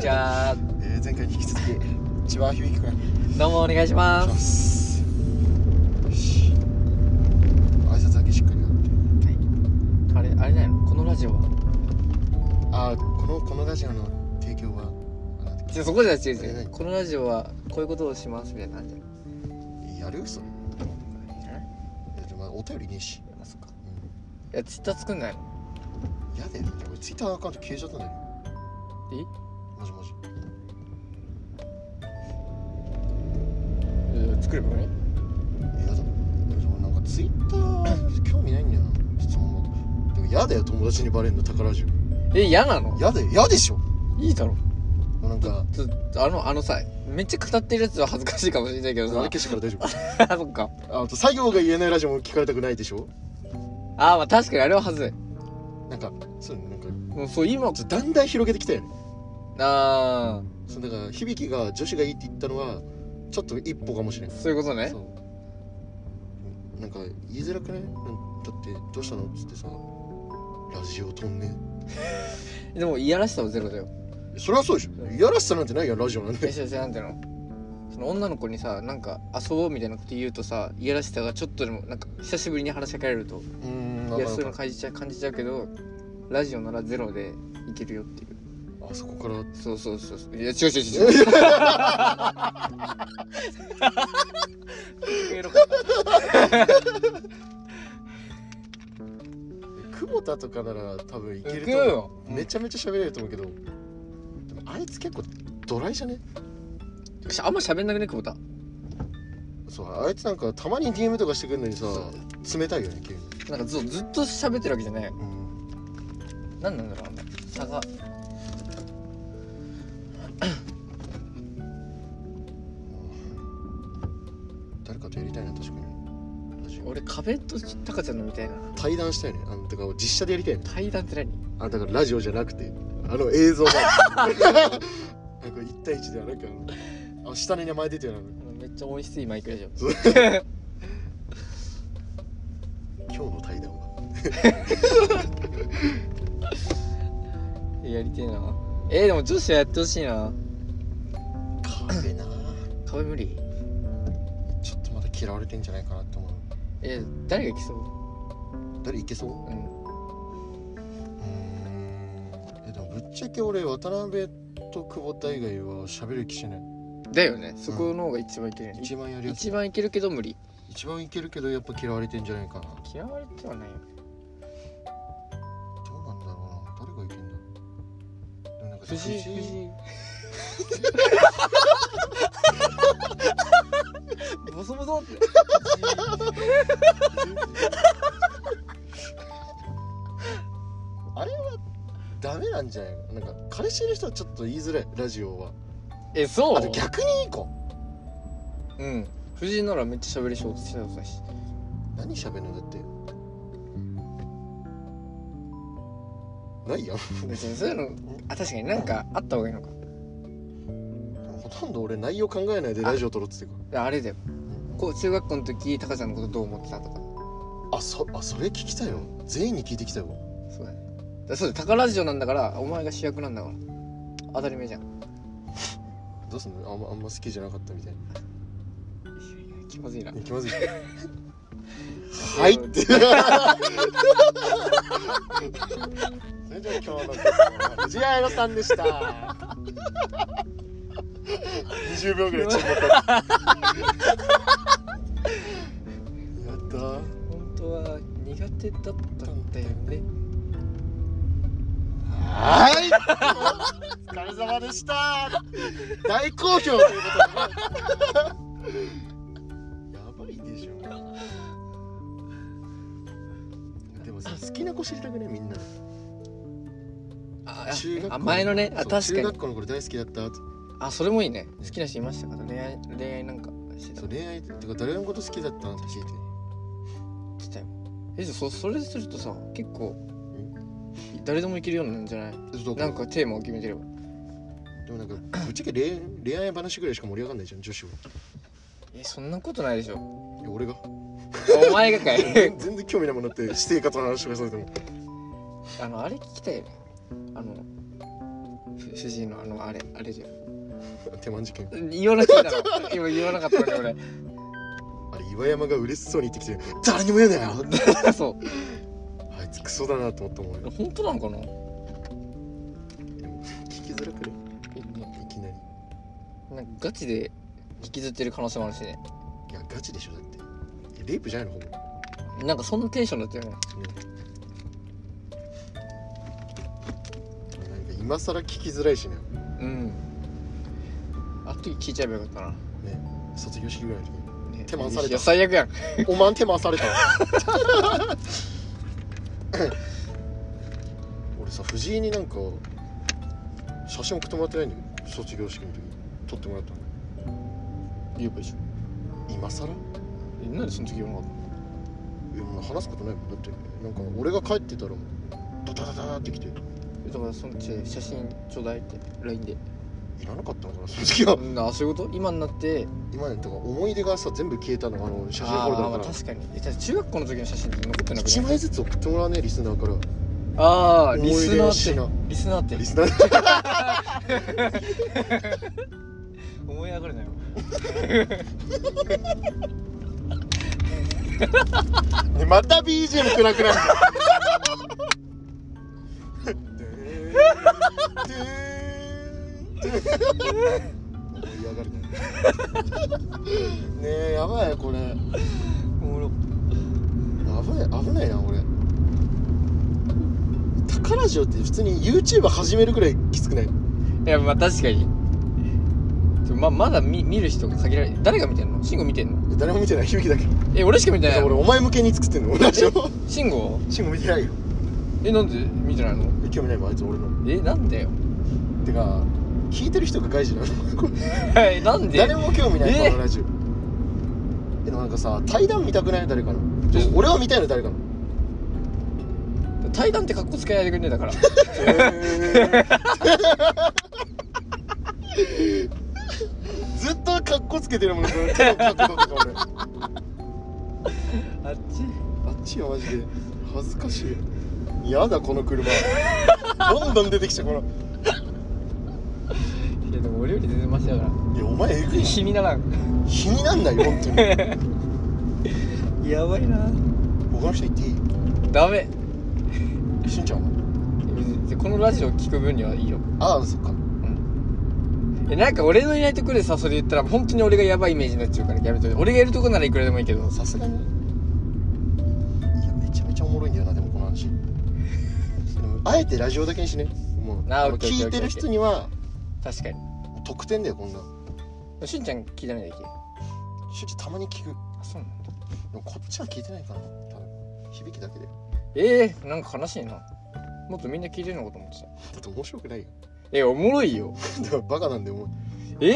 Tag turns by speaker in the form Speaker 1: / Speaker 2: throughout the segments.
Speaker 1: ちは。
Speaker 2: えー前回に引き続き千葉響くん
Speaker 1: どうもお願いし
Speaker 2: お願
Speaker 1: ま。
Speaker 2: いしますすよし挨拶だけしっかりやって
Speaker 1: あれ、あれなのこのラジオは。
Speaker 2: あーこのこのラジオの提供はあなんだっ
Speaker 1: じゃそこじゃ違う
Speaker 2: え
Speaker 1: 違う。
Speaker 2: 何
Speaker 1: このラジオは、こういうことをしますみたいな感じ。い
Speaker 2: けやるそれ
Speaker 1: らない
Speaker 2: いやでもまだお便りねえし、
Speaker 1: や、そっか。
Speaker 2: う
Speaker 1: いや、ツイッター作んないの
Speaker 2: ん、やだよ俺ツイッターのアカウント消えちゃったんだよ
Speaker 1: え
Speaker 2: もしもし
Speaker 1: うん作ればね。
Speaker 2: えやだでもなんかツイッター興味ないんだよな質問もでもやだよ友達にバレんの宝ジオ
Speaker 1: え、嫌なの
Speaker 2: やだよやでしょ
Speaker 1: いいだろ。
Speaker 2: なんか
Speaker 1: ちょっと、あの、あのさ、めっちゃ語ってるやつは恥ずかしいかもしれないけど
Speaker 2: あれ
Speaker 1: さ。
Speaker 2: 消してから大丈夫
Speaker 1: あ、そっか。
Speaker 2: あと作業が言えないラジオも聞かれたくないでしょ
Speaker 1: あ、まあ確かにあれははずい。
Speaker 2: なんかそうなんか
Speaker 1: もうそう、今、
Speaker 2: ちょだんだん広げてきたよね
Speaker 1: あ
Speaker 2: そうだから響が女子がいいって言ったのはちょっと一歩かもしれ
Speaker 1: ー、
Speaker 2: ない
Speaker 1: そういうことね
Speaker 2: そ。うなんか言いづらくないなんだってどうしたのっつってさラジオ飛んね
Speaker 1: でも、いやらしさはゼロだよ。
Speaker 2: それはそうでしょいやらしさなんてないやんラジオなん
Speaker 1: え、
Speaker 2: て
Speaker 1: 先生、なんていうのその女の子にさ、なんか遊ぼうみたいなこと言うとさ、いやらしさがちょっとでも、なんか久しぶりに話しかけられると、
Speaker 2: うーん
Speaker 1: いや、そういう
Speaker 2: な
Speaker 1: の
Speaker 2: んか
Speaker 1: 感じちゃう、感じちゃうけど、ラジオならゼロでいけるよっていう。
Speaker 2: あそこから
Speaker 1: そうそうそうそう。いや、違う違う 違う違う。言えろか
Speaker 2: 久保田とかなら多分いける
Speaker 1: 行く
Speaker 2: と思
Speaker 1: よ
Speaker 2: うめちゃめちゃ喋れると思うけどでもあいつ結構ドライじゃね
Speaker 1: しあんま喋んなくね、久保田。
Speaker 2: そうあいつなんかたまに DM とかしてくんのにさ冷たいよね急に、
Speaker 1: なんかずずっと喋ってるわけじゃない。
Speaker 2: うん、
Speaker 1: なんなんだろう、あんな差が。
Speaker 2: 誰かとやりたいな確かにラジオ
Speaker 1: 俺、壁とタカちゃんのみたいな。
Speaker 2: 対談したいねあのだから実写でやりたいね
Speaker 1: 対談って何
Speaker 2: あだからラジオじゃなくてあの映 像がなんか1対1ではなくあのあ下に名前出てるの
Speaker 1: あのめっちゃ音質いいマイクでしょ。
Speaker 2: 今日の対談は
Speaker 1: やりてえなえー、でも女子はやってほしいな
Speaker 2: 壁な
Speaker 1: 壁無理
Speaker 2: ちょっとまだ嫌われてんじゃないかなって思う
Speaker 1: えー、誰が来そ
Speaker 2: 誰いけそう
Speaker 1: ううん
Speaker 2: うーんえでもぶっちゃけ俺渡辺と久保田以外は喋る気しない
Speaker 1: だよねそこの方が一番いける、
Speaker 2: 一番やりやす
Speaker 1: 一
Speaker 2: い
Speaker 1: 番いけるけど無理
Speaker 2: 一番いけるけどやっぱ嫌われてんじゃないかな
Speaker 1: 嫌われてはないよ
Speaker 2: どうなんだろうな誰がいけんだろうでもなんか
Speaker 1: 藤井
Speaker 2: 藤井
Speaker 1: 藤井 ボソボソって
Speaker 2: あれはダメなんじゃないのなんか彼氏いる人はちょっと言いづらいラジオは
Speaker 1: えそ
Speaker 2: あ
Speaker 1: う
Speaker 2: と逆にいい子
Speaker 1: うん藤井ならめっちゃ喋りしようとしてたし
Speaker 2: 何喋るのだってないやん
Speaker 1: 別にそういうのあ確かになんかあった方がいいのか
Speaker 2: ほとんど俺内容考えないでラジオ撮ろうっつってるか
Speaker 1: ああれだよこう中学校の時タカちゃんのことどう思ってたとから
Speaker 2: あそあそれ聞きたいよ全員に聞いてきたよ
Speaker 1: そうだねだそうだよ宝ラジオなんだからお前が主役なんだから当たり前じゃん
Speaker 2: どうすんのあんまあんま好きじゃなかったみたいな
Speaker 1: 気まずいな
Speaker 2: 気まずいはいって それでは今日のゲストは藤井彩乃さんでした20秒ぐらい沈黙だったやった
Speaker 1: 本当は苦手だったんだよね
Speaker 2: はい。お疲れ様でした。大好評ということでね。やばいでしょ。でもさ、好きな子知りたくね、みんな。
Speaker 1: あ
Speaker 2: 中学校
Speaker 1: あ前のねあ
Speaker 2: そう
Speaker 1: 確
Speaker 2: 中
Speaker 1: かに
Speaker 2: 学校の頃大好きだったって。
Speaker 1: あそれもいいね好きな人いましたから恋愛恋愛なんかしてた
Speaker 2: そう、恋愛とか、誰のこと好きだったのって聞いて。
Speaker 1: 来たよえじゃあそそれするとさ結構誰でもいけるようになるんじゃないなんかテーマを決めてれば
Speaker 2: でもなんか、ぶっちゃけ恋恋愛話ぐらいしか盛り上がんないじゃん、女子は。
Speaker 1: えそんなことないでしょ
Speaker 2: いや俺が。
Speaker 1: お前が かい
Speaker 2: 全然興味ないものって、私生活の話とかされても。
Speaker 1: あのあれ聞きたいよねあのふ主人のあのあれあれじゃん
Speaker 2: 手間事件
Speaker 1: 言わなかったろ今言わなかったのに
Speaker 2: あれ岩山が嬉しそうに言ってきて「誰にも言うなよ!」
Speaker 1: 俺そ
Speaker 2: あいつクソだなと思ったもん
Speaker 1: う
Speaker 2: 俺
Speaker 1: 本当なのかな
Speaker 2: 聞きづらくねいきなり
Speaker 1: なんかガチで引きずってる可能性もあるしね
Speaker 2: いやガチでしょだっていやレイプじゃないのほぼ
Speaker 1: なんかそんなテンションだったよね
Speaker 2: なんか今更聞きづらいしね
Speaker 1: うんあっ時聞いちゃえばよかったな、
Speaker 2: 卒業式ぐらいの時に
Speaker 1: ね
Speaker 2: 手回された
Speaker 1: いや最悪やん
Speaker 2: おまん手回されたわ 俺さ藤井になんか写真送ってもらってないんだけど卒業式の時に撮ってもらったの
Speaker 1: 言えばいいじゃん
Speaker 2: 今更
Speaker 1: えなんでその時言わなかっ
Speaker 2: いやもう話すことないもんだってなんか俺が帰ってたらもうダダダダダってきてい
Speaker 1: ただからその時写真ちょうだいって LINE で
Speaker 2: らなかったのかなその時は
Speaker 1: うんあそういうこと今になって
Speaker 2: 今ねとか思い出がさ全部消えたのがあの写真フ
Speaker 1: あ
Speaker 2: ォル
Speaker 1: ー
Speaker 2: ダ
Speaker 1: まあ
Speaker 2: だから
Speaker 1: 確かにえだって中学校の時の写真って残ってなく
Speaker 2: 1
Speaker 1: ない
Speaker 2: 枚ずつ送ってもらわねえリスナーから
Speaker 1: ああ
Speaker 2: 思
Speaker 1: リ
Speaker 2: い
Speaker 1: ス
Speaker 2: 出
Speaker 1: ナ
Speaker 2: をし
Speaker 1: ー
Speaker 2: な
Speaker 1: ってリスナーって
Speaker 2: リスナー
Speaker 1: 思い上がるなよ
Speaker 2: ねまた BGM 暗くなる盛り上がるねねえやばいこれや
Speaker 1: おもろ
Speaker 2: ばい危ないな俺宝ラジオって普通に YouTuber 始めるぐらいきつくない
Speaker 1: いやまあ確かにちょままだ見見る人が限られ誰が見てんの慎吾見てんの
Speaker 2: 誰も見てない響きだけ
Speaker 1: え俺しか見てない
Speaker 2: 俺
Speaker 1: の
Speaker 2: お前向けに作ってんの ラジオ
Speaker 1: 慎吾
Speaker 2: シンも見てないよ
Speaker 1: えなんで見てないの
Speaker 2: 興味ないわあいつ俺の
Speaker 1: えなんだよ
Speaker 2: てか聞いてる人が外人なのこれ
Speaker 1: えなんで
Speaker 2: 誰も興味ない
Speaker 1: え
Speaker 2: このラジオえでもなんかさ対談見たくない誰かの
Speaker 1: え
Speaker 2: 俺は見たいの誰かの
Speaker 1: 対談って格好つけないでくんねえだから
Speaker 2: ずっとカッコつけてるもんこの手の角度とか俺
Speaker 1: あっち
Speaker 2: あっちよマジで恥ずかしいやだこの車どんどん出てきちゃうこの
Speaker 1: いやでも俺より全然マシ だから
Speaker 2: いやお前えぐいな
Speaker 1: 気にならん
Speaker 2: 日になんないよ本当に
Speaker 1: やばいな
Speaker 2: 他の人言っていい
Speaker 1: ダメ
Speaker 2: しんちゃんは
Speaker 1: 別にこのラジオ聞く分にはいいよ
Speaker 2: ああそっか
Speaker 1: えなんか俺のいないところでさそれ言ったら本当に俺がやばいイメージになっちゃうからやめといて俺がいるとこならいくらでもいいけど
Speaker 2: さすがにいやめちゃめちゃおもろいんだよなでもこの話でもあえてラジオだけにしねもう
Speaker 1: あーオッケーオッケー
Speaker 2: 聞いてる人には
Speaker 1: 確かに
Speaker 2: 特典だよこんな
Speaker 1: しゅんちゃん聞いてないだっけ
Speaker 2: しゅんちゃんたまに聞くで
Speaker 1: あそうなんだ
Speaker 2: もこっちは聞いてないかな多分響きだけでだ
Speaker 1: えー、なんか悲しいなもっとみんな聞いてるのかと思ってた
Speaker 2: って面白くないよ
Speaker 1: えおもろいよ
Speaker 2: だからバカなんだよもう
Speaker 1: えー、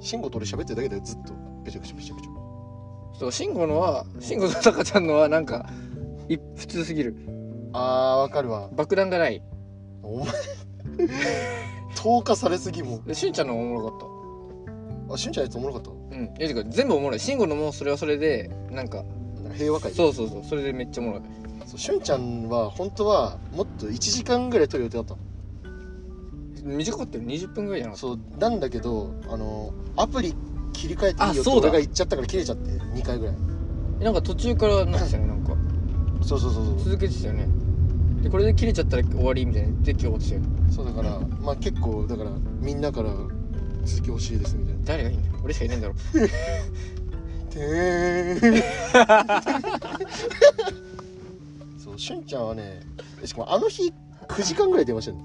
Speaker 2: 慎吾と俺喋ってるだけだよずっとペチャクチャペチャクチャ
Speaker 1: そう慎吾のは慎吾とさかちゃんのはなんかい普通すぎる
Speaker 2: あーわかるわ
Speaker 1: 爆弾がない
Speaker 2: お前投下されすぎも
Speaker 1: でしゅんちゃんのはおもろかっ
Speaker 2: うあしゅんちゃんのやつおもろかった
Speaker 1: たうんえてか全部おもろい慎吾のもそれはそれでなんか
Speaker 2: なんか平和会
Speaker 1: そうそうそうそれでめっちゃおもろい
Speaker 2: そうしゅんちゃんは本当はもっと1時間ぐらい撮る予定だったの
Speaker 1: 短かったよ20分ぐらいじゃなかっ
Speaker 2: そうなんだけどあのアプリ切り替えていいよ
Speaker 1: あ
Speaker 2: って
Speaker 1: そうだ
Speaker 2: 俺が言っちゃったから切れちゃって2回ぐらい
Speaker 1: たなんか途中からなんですよねなんか
Speaker 2: そうそうそうそう
Speaker 1: 続けてたよねでこれで切れちゃったら終わりみたいなで今日落ちて
Speaker 2: そうだからまあ結構だからみんなから続き欲しいですみたいな
Speaker 1: 誰がいいんだよ俺しかいないんだろ
Speaker 2: てーん そうしゅんちゃんはねしかもあの日9時間ぐらい出ましたね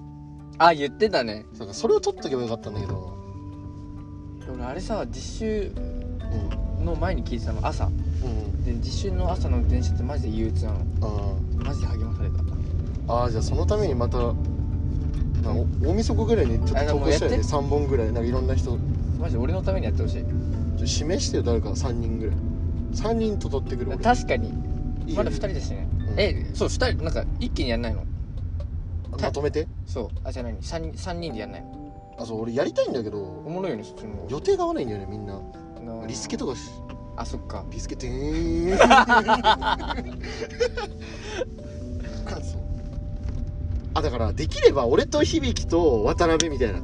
Speaker 1: あ言ってたね
Speaker 2: だからそれを撮っとけばよかったんだけど
Speaker 1: 俺あれさ実習
Speaker 2: うんうん
Speaker 1: の前に聞いてたの朝で実習の朝の電車ってマジで憂鬱なの
Speaker 2: あー
Speaker 1: マジで励まされた
Speaker 2: あーじゃあそのためにまたなんかお大晦日ぐらいにちょっと投稿したい
Speaker 1: あでもやっ
Speaker 2: ね
Speaker 1: て
Speaker 2: 3本ぐらいなんかいろんな人
Speaker 1: マジで俺のためにやってほしい
Speaker 2: ちょ示してよ誰か3人ぐらい3人と撮ってくる俺
Speaker 1: 確かに
Speaker 2: いいよ
Speaker 1: まだ2人だしね
Speaker 2: うん
Speaker 1: えそう2人なんか一気にやんないの
Speaker 2: まとめて
Speaker 1: そうあじゃあ何 3, 3人でやんないの
Speaker 2: あそう俺やりたいんだけど
Speaker 1: おもろいよねそっちの
Speaker 2: 予定が合わないんだよねみんな
Speaker 1: っ
Speaker 2: リスケとかし
Speaker 1: あそっか
Speaker 2: リスケてーんそうあだからできれば俺と響と渡辺みたいな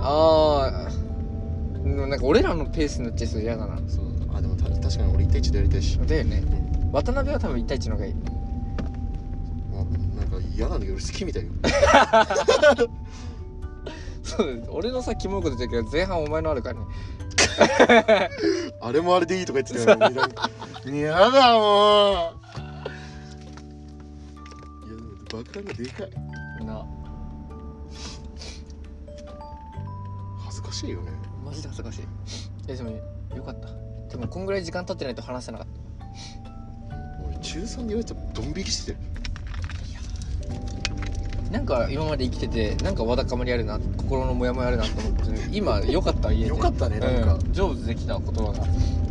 Speaker 1: ああでもなんか俺らのペースになっちゃいそうで嫌だな
Speaker 2: そうあでもた確かに俺1対1でやりたいし、
Speaker 1: だよね
Speaker 2: うん
Speaker 1: 渡辺は多分1対1の方がいい
Speaker 2: まあ、なんか嫌なんだけど俺好きみたいよ
Speaker 1: そうです俺のさキモいこと言ってるけど前半お前のあるからね
Speaker 2: あれもあれでいいとか言ってたよね嫌だもういやでも爆弾がでかい
Speaker 1: な
Speaker 2: 恥ずかしいよね
Speaker 1: マジで恥ずかしいいやでもよかったでもこんぐらい時間経ってないと話せなかっ
Speaker 2: 俺中3で言われたらドン引きしてる
Speaker 1: たなんか今まで生きててなんかわだかまりあるな心のモヤモヤあるなと思って今よかった言えて
Speaker 2: よかったねなんか、
Speaker 1: うん、上手できた言葉が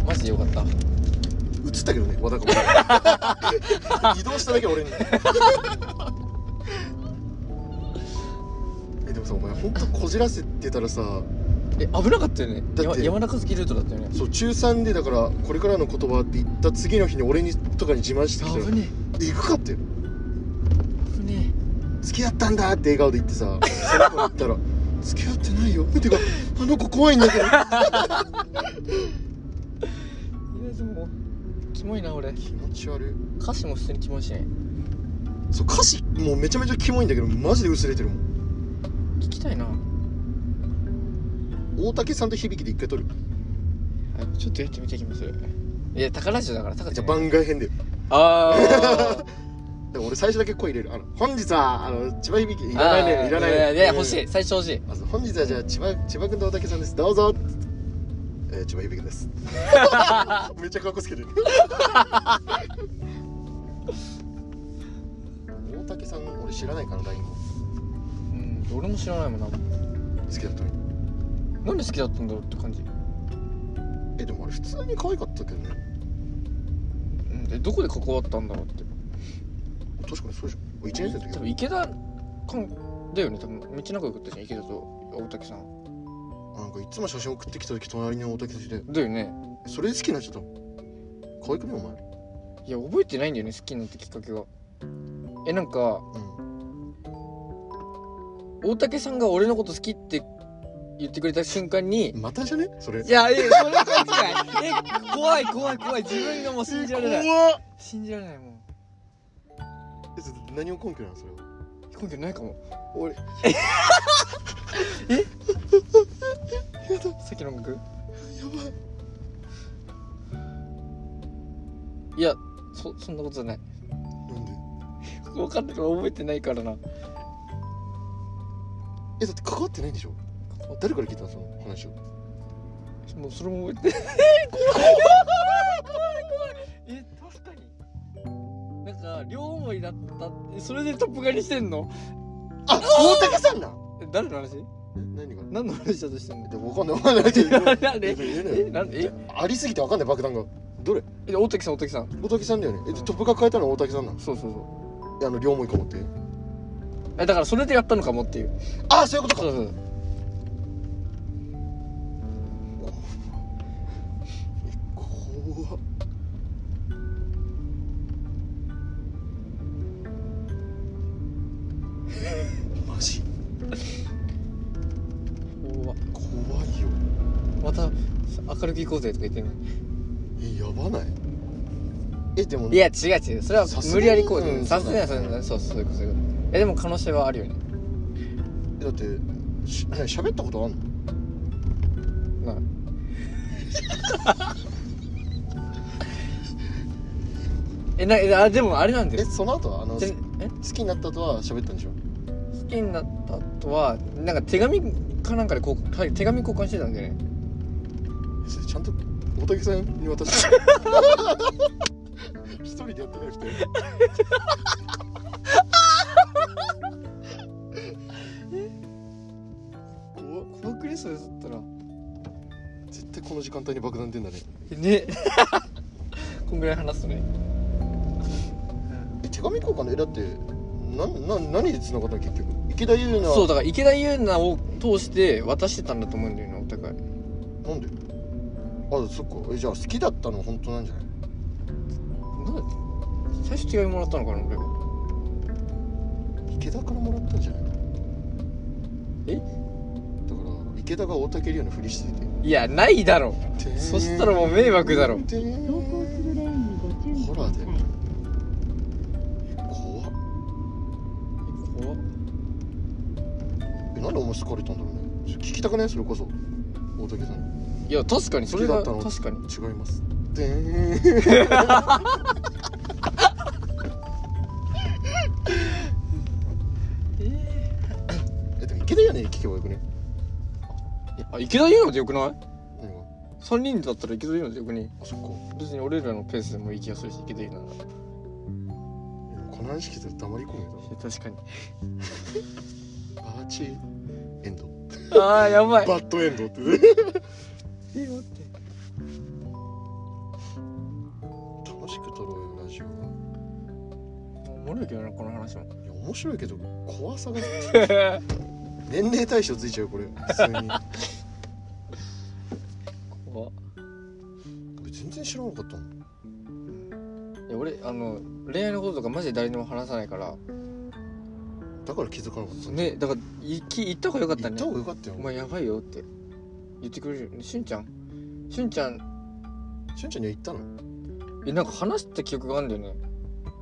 Speaker 1: マジでよかった
Speaker 2: 映ったけどねわだかまり移動しただけ俺に えでもさお前ほんとこじらせてたらさ
Speaker 1: え危なかったよね
Speaker 2: だって
Speaker 1: 山山中月ルートだったよね
Speaker 2: そう中3でだからこれからの言葉って言った次の日に俺にとかに自慢してきた
Speaker 1: 危
Speaker 2: ら
Speaker 1: ね
Speaker 2: え行くかって
Speaker 1: え危ね
Speaker 2: 好きだったんだって笑顔で言ってさその子言ったら付き合ってないよてかあの子怖いんだけど
Speaker 1: えいやでもキモいな俺
Speaker 2: 気持ち悪い
Speaker 1: 歌詞も普通にキモいしね
Speaker 2: そう歌詞もうめちゃめちゃキモいんだけどマジで薄れてるもん
Speaker 1: 聞きたいな
Speaker 2: 大竹さんと響きで一回撮る
Speaker 1: ちょっとやってみてきますいや宝城だから高
Speaker 2: じ
Speaker 1: ち
Speaker 2: ゃあ
Speaker 1: ゃん
Speaker 2: 番外編で
Speaker 1: あー
Speaker 2: でも俺最初だけ声入れるあの本日はあの千葉響きいらない
Speaker 1: あー
Speaker 2: ねいらないね
Speaker 1: やや欲
Speaker 2: うん
Speaker 1: しい最初欲しい
Speaker 2: まず本日はじゃあ千葉千葉君と大竹さんですどうぞ、えー、千葉響ですめっちゃかっこつ けてる大竹さん俺知らないから LINE も
Speaker 1: うん俺も知らないもんな
Speaker 2: 好きだったのに
Speaker 1: なんで好きだったんだろうって感じ
Speaker 2: えでもあれ普通に可愛かったけどね
Speaker 1: うんでどこで関わったんだろうって
Speaker 2: 確かにそうじゃん1年生の時
Speaker 1: 多
Speaker 2: だ
Speaker 1: 分池田かんだよね多分めっちゃ仲良かったじゃん池田と大竹さん
Speaker 2: なんかいつも写真送ってきた時隣に大竹さんいて
Speaker 1: だよね
Speaker 2: それで好きになっちゃったの可愛くねお前
Speaker 1: いや覚えてないんだよね好きになったきっかけがえなんか
Speaker 2: うん
Speaker 1: 大竹さんが俺のこと好きって言ってくれた瞬間に
Speaker 2: またじゃねそれ
Speaker 1: いやえそれは勘違いえ怖い怖い怖い自分がもう信じられない
Speaker 2: 怖っ
Speaker 1: 信じられないも
Speaker 2: えそれ何を根拠なのそれは
Speaker 1: う根拠ないかも
Speaker 2: 俺
Speaker 1: さっきの音楽
Speaker 2: やばい
Speaker 1: いやそそんなことじゃない
Speaker 2: なんで
Speaker 1: 分かってる覚えてないからな
Speaker 2: えだって関わってないんでしょ誰から聞いたのその話を
Speaker 1: もうそれも覚えて怖い怖い怖い怖いえ確かになんか両思いだったってそれでトップ狩りしてんの
Speaker 2: あ大竹さんだ
Speaker 1: え誰の話
Speaker 2: え何が
Speaker 1: 何の話だとしてん の
Speaker 2: でもわかんないわかんないけど
Speaker 1: なんで
Speaker 2: 言うな
Speaker 1: え
Speaker 2: よ
Speaker 1: なんで
Speaker 2: ありすぎてわかんない爆弾がどれ
Speaker 1: ええ大竹さん大竹さん
Speaker 2: 大竹さんだよねえでトップが変えたのは大竹さんなの
Speaker 1: そうそうそう
Speaker 2: えあの両思いかもって
Speaker 1: えだからそれでやったのかもっていう
Speaker 2: あそういうこと
Speaker 1: そう
Speaker 2: か
Speaker 1: そう
Speaker 2: え怖っマジ
Speaker 1: うわ
Speaker 2: 怖いよ
Speaker 1: また明るく行こうぜとか言ってんの
Speaker 2: えやばないえでも
Speaker 1: いや違う違うそれは無理やりこ
Speaker 2: さすがにう
Speaker 1: うんさすがにはそ
Speaker 2: そううだ
Speaker 1: いうのそうそうそういうことそういうことえでも可能性はあるよね
Speaker 2: だってしね喋ったことあんの
Speaker 1: まあ えなえあでもあれなんだ
Speaker 2: え
Speaker 1: よ
Speaker 2: その後はあの
Speaker 1: じゃ
Speaker 2: 好
Speaker 1: え
Speaker 2: きになった後は喋ったんでしょ
Speaker 1: 好きになった後はなんか手紙かなんかでこうはい手紙交換してたんだよね
Speaker 2: えそれちゃんと大竹さんに 渡して一人でやってなくて怖っ
Speaker 1: 怖くねそれだったら
Speaker 2: 絶対この時間帯に爆弾出んだね
Speaker 1: えね こんぐらい話すとね
Speaker 2: え手紙交換でえだってなな何で繋がったの結局池田優奈
Speaker 1: そうだから池田優奈を通して渡してたんだと思うんだよねお互い
Speaker 2: なんであそっかえじゃあ好きだったの本当なんじゃない
Speaker 1: なん最初手紙もらったのかな俺が
Speaker 2: 池田からもらったんじゃないかな
Speaker 1: え
Speaker 2: だから池田が大竹龍のふりしてて
Speaker 1: いやないだろそしたらもう迷惑だろ
Speaker 2: てーん
Speaker 3: 走行するレーンにご注意ください。
Speaker 2: 怖っ
Speaker 1: 怖っ
Speaker 2: えなんでお前好かれたんだろうねちょっと聞きたくないそれこそ大竹さんに
Speaker 1: いや確かにそれが
Speaker 2: 好きだったの
Speaker 1: 確かに
Speaker 2: 違いますてーんえでも池田やね聞けばよくね
Speaker 1: あ池田優奈でよくない
Speaker 2: 何が
Speaker 1: 3人だったら池田優奈でよくね
Speaker 2: あそっか
Speaker 1: 別に俺らのペースでもいい気がするし池田優奈なら
Speaker 2: この話聞いたら黙り込むよ
Speaker 1: いや確かに
Speaker 2: 多分バーチーエンド
Speaker 1: ああやばい
Speaker 2: バッドエンドってね
Speaker 1: え待って
Speaker 2: 楽しく撮ろうよラジオはい
Speaker 1: おもろいけどなこの話も
Speaker 2: や面白いけど怖さが年齢対象ついちゃうよこれ普通に
Speaker 1: 怖っ
Speaker 2: 俺 全然知らなかったの
Speaker 1: いや俺あの恋愛のこととかマジで誰にも話さないから
Speaker 2: だから気づかなかった
Speaker 1: ねだから行き行った方がよかった
Speaker 2: 行
Speaker 1: ね
Speaker 2: った方がよかったよ
Speaker 1: お前やばいよって言ってくれるよねしゅんちゃんしゅんちゃん
Speaker 2: しゅんちゃんには行ったの
Speaker 1: えなんか話した記憶があるんだよね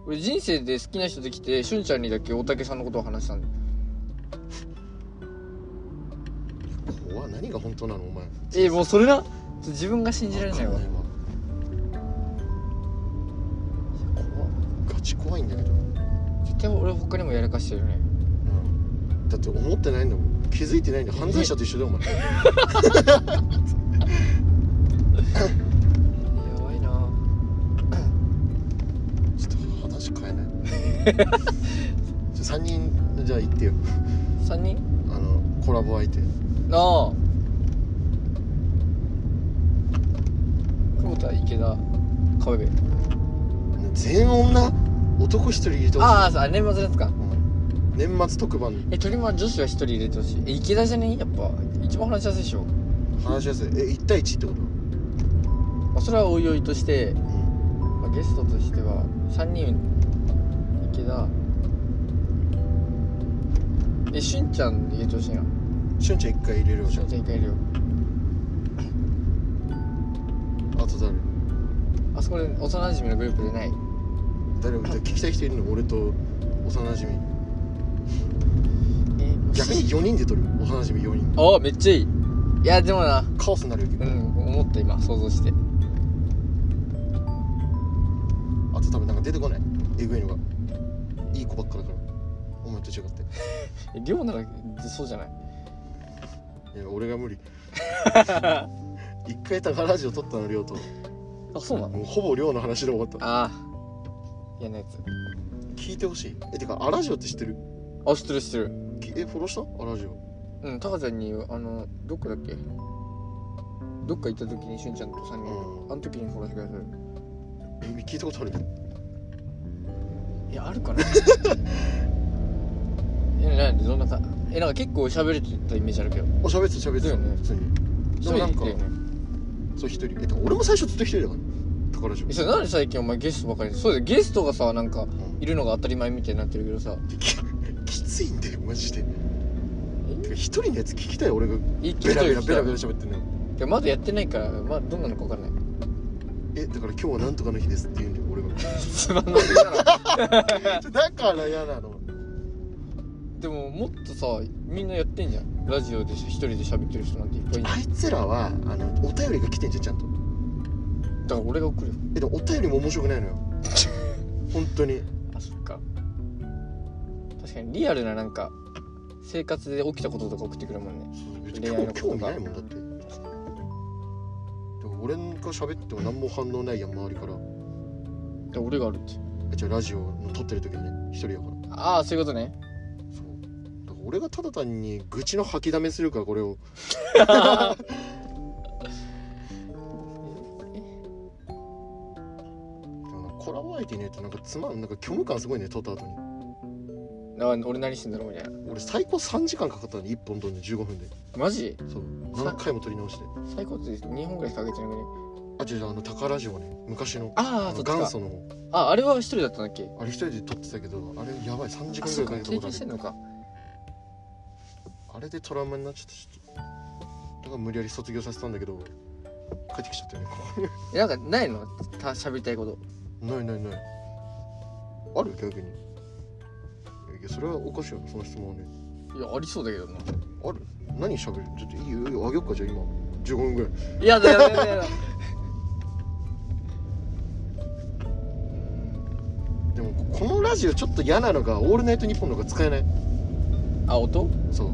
Speaker 1: 俺人生で好きな人できてしゅんちゃんにだけ大竹さんのことを話したんだよ
Speaker 2: 怖い何が本当なのお前
Speaker 1: えもうそれなちょっと自分が信じられないわ
Speaker 2: わかんないわ怖ガチ怖いんだけど、
Speaker 1: 絶対俺他にもやらかしてるよね
Speaker 2: だって思ってないんだもん気づいてないんだ犯罪者と一緒だよお前
Speaker 1: やばいな
Speaker 2: ちょっと話変えない ちょ3人じゃあ行ってよ
Speaker 1: 3人
Speaker 2: あのコラボ相手
Speaker 1: なあ久保田池田川辺
Speaker 2: 全女男一人入れてほしい
Speaker 1: あーそうあ年末のやつか
Speaker 2: うん年末特番
Speaker 1: え鳥は女子は一人入れてほしいえ池田じゃねやっぱ一番話しやすいでしょ
Speaker 2: 話しやすいえ1対1ってこと
Speaker 1: まあ、それはおいおいとして、
Speaker 2: うん
Speaker 1: まあ、ゲストとしては3人池田えしゅんちゃん入れてほしいな
Speaker 2: しゅんちゃん1回入れるよ
Speaker 1: し
Speaker 2: じゃ
Speaker 1: ゅんちゃん一回入れよう
Speaker 2: ああと誰
Speaker 1: あそこで幼馴染のグループでない
Speaker 2: 誰も聞きたい人いるの俺と幼馴染
Speaker 1: えもう
Speaker 2: 逆に
Speaker 1: し
Speaker 2: 4人で撮る幼馴染4人
Speaker 1: ああめっちゃいいいやでもな
Speaker 2: カオスになるよ
Speaker 1: う
Speaker 2: 結
Speaker 1: ん
Speaker 2: 構
Speaker 1: 思った今想像して
Speaker 2: あと多分なんか出てこないえぐいのがいい子ばっかだからお前と違って
Speaker 1: えりょうならそうじゃない
Speaker 2: いや俺が無理一回高ラジオ撮ったの亮と
Speaker 1: あそうなの
Speaker 2: もうほぼ亮の話で終わった
Speaker 1: ああ嫌なやつ
Speaker 2: 聞いてほしいえてかアラジオって知ってる
Speaker 1: あ知ってる知ってる
Speaker 2: きえフォローしたアラジオ
Speaker 1: うんタカちゃんにあのどっかだっけどっか行った時にしゅんちゃんと3人、
Speaker 2: うん
Speaker 1: あの時にフォローしてください
Speaker 2: え聞いたことある
Speaker 1: いやあるかな えなんでどんなさえなんか結構喋れてたイメージあるけど
Speaker 2: おしゃべってたしゃべってた
Speaker 1: だよね
Speaker 2: 普通にでもなんか
Speaker 1: 一人でね
Speaker 2: そう一人えてか俺も最初ずっと一人だから高ラジオ
Speaker 1: えそれなんで最近お前ゲストばかりそうだよゲストがさなんか
Speaker 2: うん
Speaker 1: いるのが当たり前みたいになってるけどさ
Speaker 2: ききついんだよマジでてか一人のやつ聞きたい俺が
Speaker 1: 一気
Speaker 2: ベラベ
Speaker 1: に
Speaker 2: ラベラベラ喋ってんの
Speaker 1: でまだやってないからまあどんなのか分かんない
Speaker 2: えだから今日はなんとかの日ですって言うんだよ俺が
Speaker 1: つまんないから
Speaker 2: だから嫌なの
Speaker 1: でももっとさみんなやってんじゃんラジオで一人で喋ってる人なんていっぱいいる
Speaker 2: あいつらはあのお便りが来てんじゃんちゃんと
Speaker 1: だから俺が送るよ
Speaker 2: えでもお便りも面白くないの よ本当に
Speaker 1: あそっか確かにリアルななんか生活で起きたこととか送ってくるもんね
Speaker 2: 別に
Speaker 1: 恋
Speaker 2: 今
Speaker 1: 愛の
Speaker 2: 日
Speaker 1: こと
Speaker 2: 興
Speaker 1: が
Speaker 2: 味ないもんだってでも俺が喋っても何も反応ないやん周りから
Speaker 1: で俺があるって
Speaker 2: えじゃあラジオの撮ってる時にね一人やから
Speaker 1: ああそういうことね
Speaker 2: そうだから俺がただ単に愚痴の吐きだめするからこれ を でもなコラボ相手いないとなんかつまんなんか虚無感すごいね撮った後に
Speaker 1: な俺何してんだろうみたいな
Speaker 2: 俺最高3時間かかったのに1本撮るの15分で
Speaker 1: マジ
Speaker 2: そう何回も撮り直して
Speaker 1: 最高って2本ぐらいかけてなくね
Speaker 2: あ違う違うあの宝ジオね昔のあ
Speaker 1: ああそ
Speaker 2: の
Speaker 1: っちか
Speaker 2: 元祖の方
Speaker 1: ああれは一人だったんだっけ
Speaker 2: あれ一人で撮ってたけどあれやばい3時
Speaker 1: あ
Speaker 2: 間
Speaker 1: そう
Speaker 2: ぐ
Speaker 1: から
Speaker 2: いかけた
Speaker 1: 経
Speaker 2: こ
Speaker 1: 験
Speaker 2: と
Speaker 1: し
Speaker 2: あ
Speaker 1: てん
Speaker 2: る
Speaker 1: のか
Speaker 2: あれでトラウマになっちゃってちょっとだから無理やり卒業させたんだけど帰ってきちゃったよねこ
Speaker 1: えなんかないのた喋りたいこと
Speaker 2: うないないないある逆にいやいやそれはおかしいよその質問はね
Speaker 1: いやありそうだけどな
Speaker 2: ある何喋るちょっといいよいいよあげよっかじゃあ今15分ぐらい
Speaker 1: いやだやだやだやだ
Speaker 2: でもこのラジオちょっと嫌なのが「オールナイトニッポン」の方が使えない
Speaker 1: あ音
Speaker 2: そう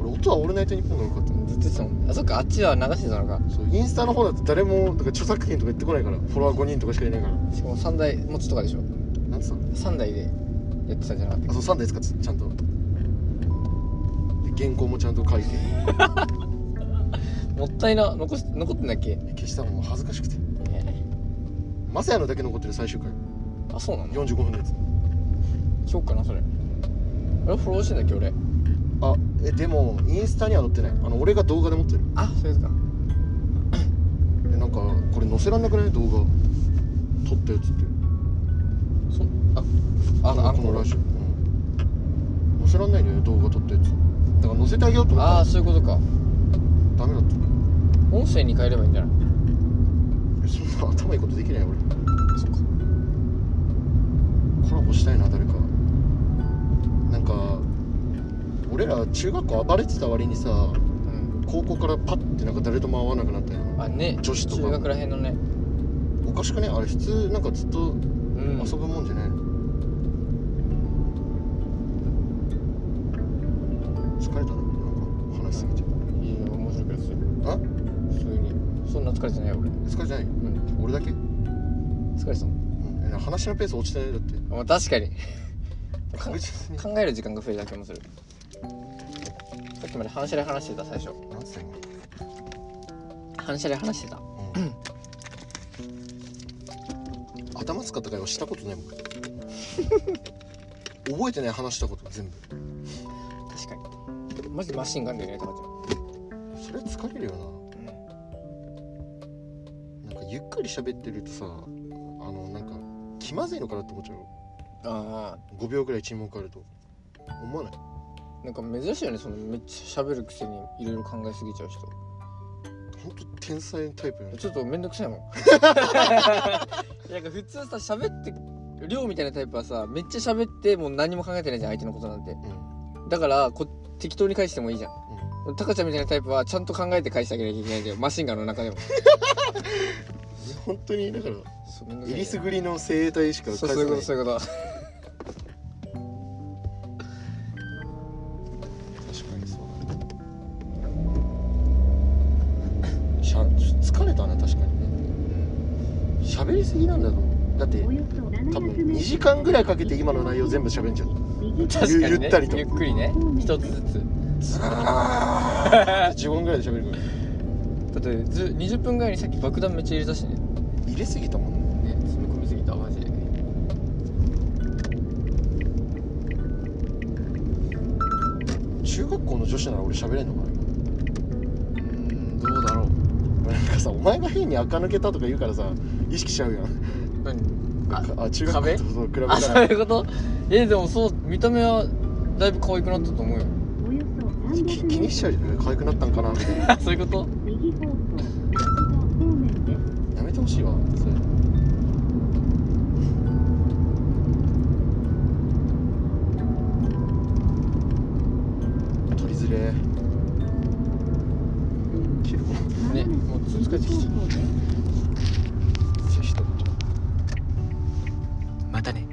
Speaker 2: 俺音は「オールナイトニッポン」の方が良かっ
Speaker 1: ずっとしたもんあそっかあっちは流してたのか
Speaker 2: たそうインスタの方だと誰もだから著作権とか言ってこないからフォロワー5人とかしかいないから
Speaker 1: しかも3台持ちとかでしょ
Speaker 2: なんつうの
Speaker 1: 3台でやってたんじゃなかったっ
Speaker 2: あそう3台使ってちゃんとで原稿もちゃんと書いて
Speaker 1: けもったいな残し残ってんだっけ
Speaker 2: 消したのも恥ずかしくてまさやのだけ残ってる最終回
Speaker 1: あそうなの
Speaker 2: 45分のやつ
Speaker 1: しよっかなそれあれフォローしてんだっけ俺
Speaker 2: あえでもインスタには載ってないあの俺が動画で持ってる
Speaker 1: あそうですか
Speaker 2: えなんかこれ載せらんなくない動画撮ったやつって
Speaker 1: そああ
Speaker 2: この
Speaker 1: のあ
Speaker 2: この
Speaker 1: の
Speaker 2: ラジオ、うん載せらんないんだよね動画撮ったやつだから載せてあげようと思った
Speaker 1: あ
Speaker 2: ら
Speaker 1: あそういうことか
Speaker 2: ダメだった
Speaker 1: 音声に変えればいいんじゃない
Speaker 2: えそんな頭いいことできないよ俺
Speaker 1: そっか
Speaker 2: コラボしたいな誰かなんか俺ら中学校暴れてた割にさ
Speaker 1: うん
Speaker 2: 高校からパッてなんか誰とも会わなくなったよね
Speaker 1: あね
Speaker 2: 女子とか
Speaker 1: 中学らへんのね
Speaker 2: おかしくねあれ普通なんかずっと
Speaker 1: うん
Speaker 2: 遊ぶもんじゃないの、疲れたななんか話しすぎて
Speaker 1: いいよ面白くやつ
Speaker 2: あ
Speaker 1: 普通にそんな疲れてないよ俺
Speaker 2: 疲れてないよ
Speaker 1: うん
Speaker 2: 俺だけ、うん
Speaker 1: 疲れてたもん
Speaker 2: え話のペース落ちてないだって
Speaker 1: まあ確 かにか
Speaker 2: 確実に
Speaker 1: 考える時間が増えた気もするさっきまで話し合い話してた最初
Speaker 2: 何歳の
Speaker 1: 話し合い話してた
Speaker 2: 頭使った会話したことないもん 覚えてない話したこと全部
Speaker 1: 確かにマジマシンガンでねとかっ
Speaker 2: それ疲れるよ
Speaker 1: て
Speaker 2: ななんかゆっくり喋ってるとさあのなんか気まずいのかなって思っちゃうよ
Speaker 1: あ
Speaker 2: 5秒ぐらい沈黙あると思わない
Speaker 1: あなんか珍しいよねそのめっちゃ喋るくせにいろいろ考えすぎちゃう人
Speaker 2: ほんと天才タイプやね
Speaker 1: ちょっとめんどくさい もんなんか普通さ喋って亮みたいなタイプはさめっちゃ喋ってもう何も考えてないじゃん相手のことなんて
Speaker 2: うん、うん、
Speaker 1: だからこ適当に返してもいいじゃんタカちゃんみたいなタイプはちゃんと考えて返してあげなきゃいけないんだよマシンガンの中でも
Speaker 2: 本当にだから
Speaker 1: そうめんどく
Speaker 2: え
Speaker 1: さいね
Speaker 2: りすぐりの生態しか
Speaker 1: そう
Speaker 2: 返
Speaker 1: そういう
Speaker 2: せな
Speaker 1: こ
Speaker 2: い
Speaker 1: とそういうこと
Speaker 2: 確かにそうだねしゃ疲れたな確かにね喋りすぎなんだと思うだって
Speaker 3: およそ700
Speaker 2: 多分
Speaker 3: メートル
Speaker 2: 2時間ぐらいかけて今の内容全部喋んじゃう
Speaker 3: 右
Speaker 1: 確かに、ね、
Speaker 2: ゆったりと
Speaker 1: ゆっくりね一つずつ
Speaker 2: あ15分ぐらいで喋るぐらい
Speaker 1: だってず20分ぐらいにさっき爆弾めっちゃ入れたしね
Speaker 2: 入れすぎたもんね
Speaker 1: ね詰め込みすぎたマジで
Speaker 2: 中学校の女子なら俺喋れんのかな
Speaker 1: うんどうだろう
Speaker 2: 俺なんかさお前が変に垢抜けたとか言うからさ意識しちゃうやん
Speaker 1: 何
Speaker 2: あ
Speaker 1: あ
Speaker 2: 中学校
Speaker 1: 壁
Speaker 2: とそう比べた
Speaker 1: あそう
Speaker 2: ら
Speaker 1: いうことえでもそう見た目はだいぶ可愛くなったと思うよ
Speaker 3: およそ300メートル
Speaker 2: 気気にしちゃうじゃん可愛くなったんかなみたいな
Speaker 1: そういうこと
Speaker 3: 右方向ラシド方面です
Speaker 2: やめてほしいわそれ取りずれ結構
Speaker 1: ねもう
Speaker 3: 間
Speaker 1: つ
Speaker 3: も
Speaker 1: い
Speaker 3: な
Speaker 1: つ
Speaker 3: く
Speaker 1: いつい
Speaker 3: 右方向です
Speaker 2: 適当
Speaker 1: またね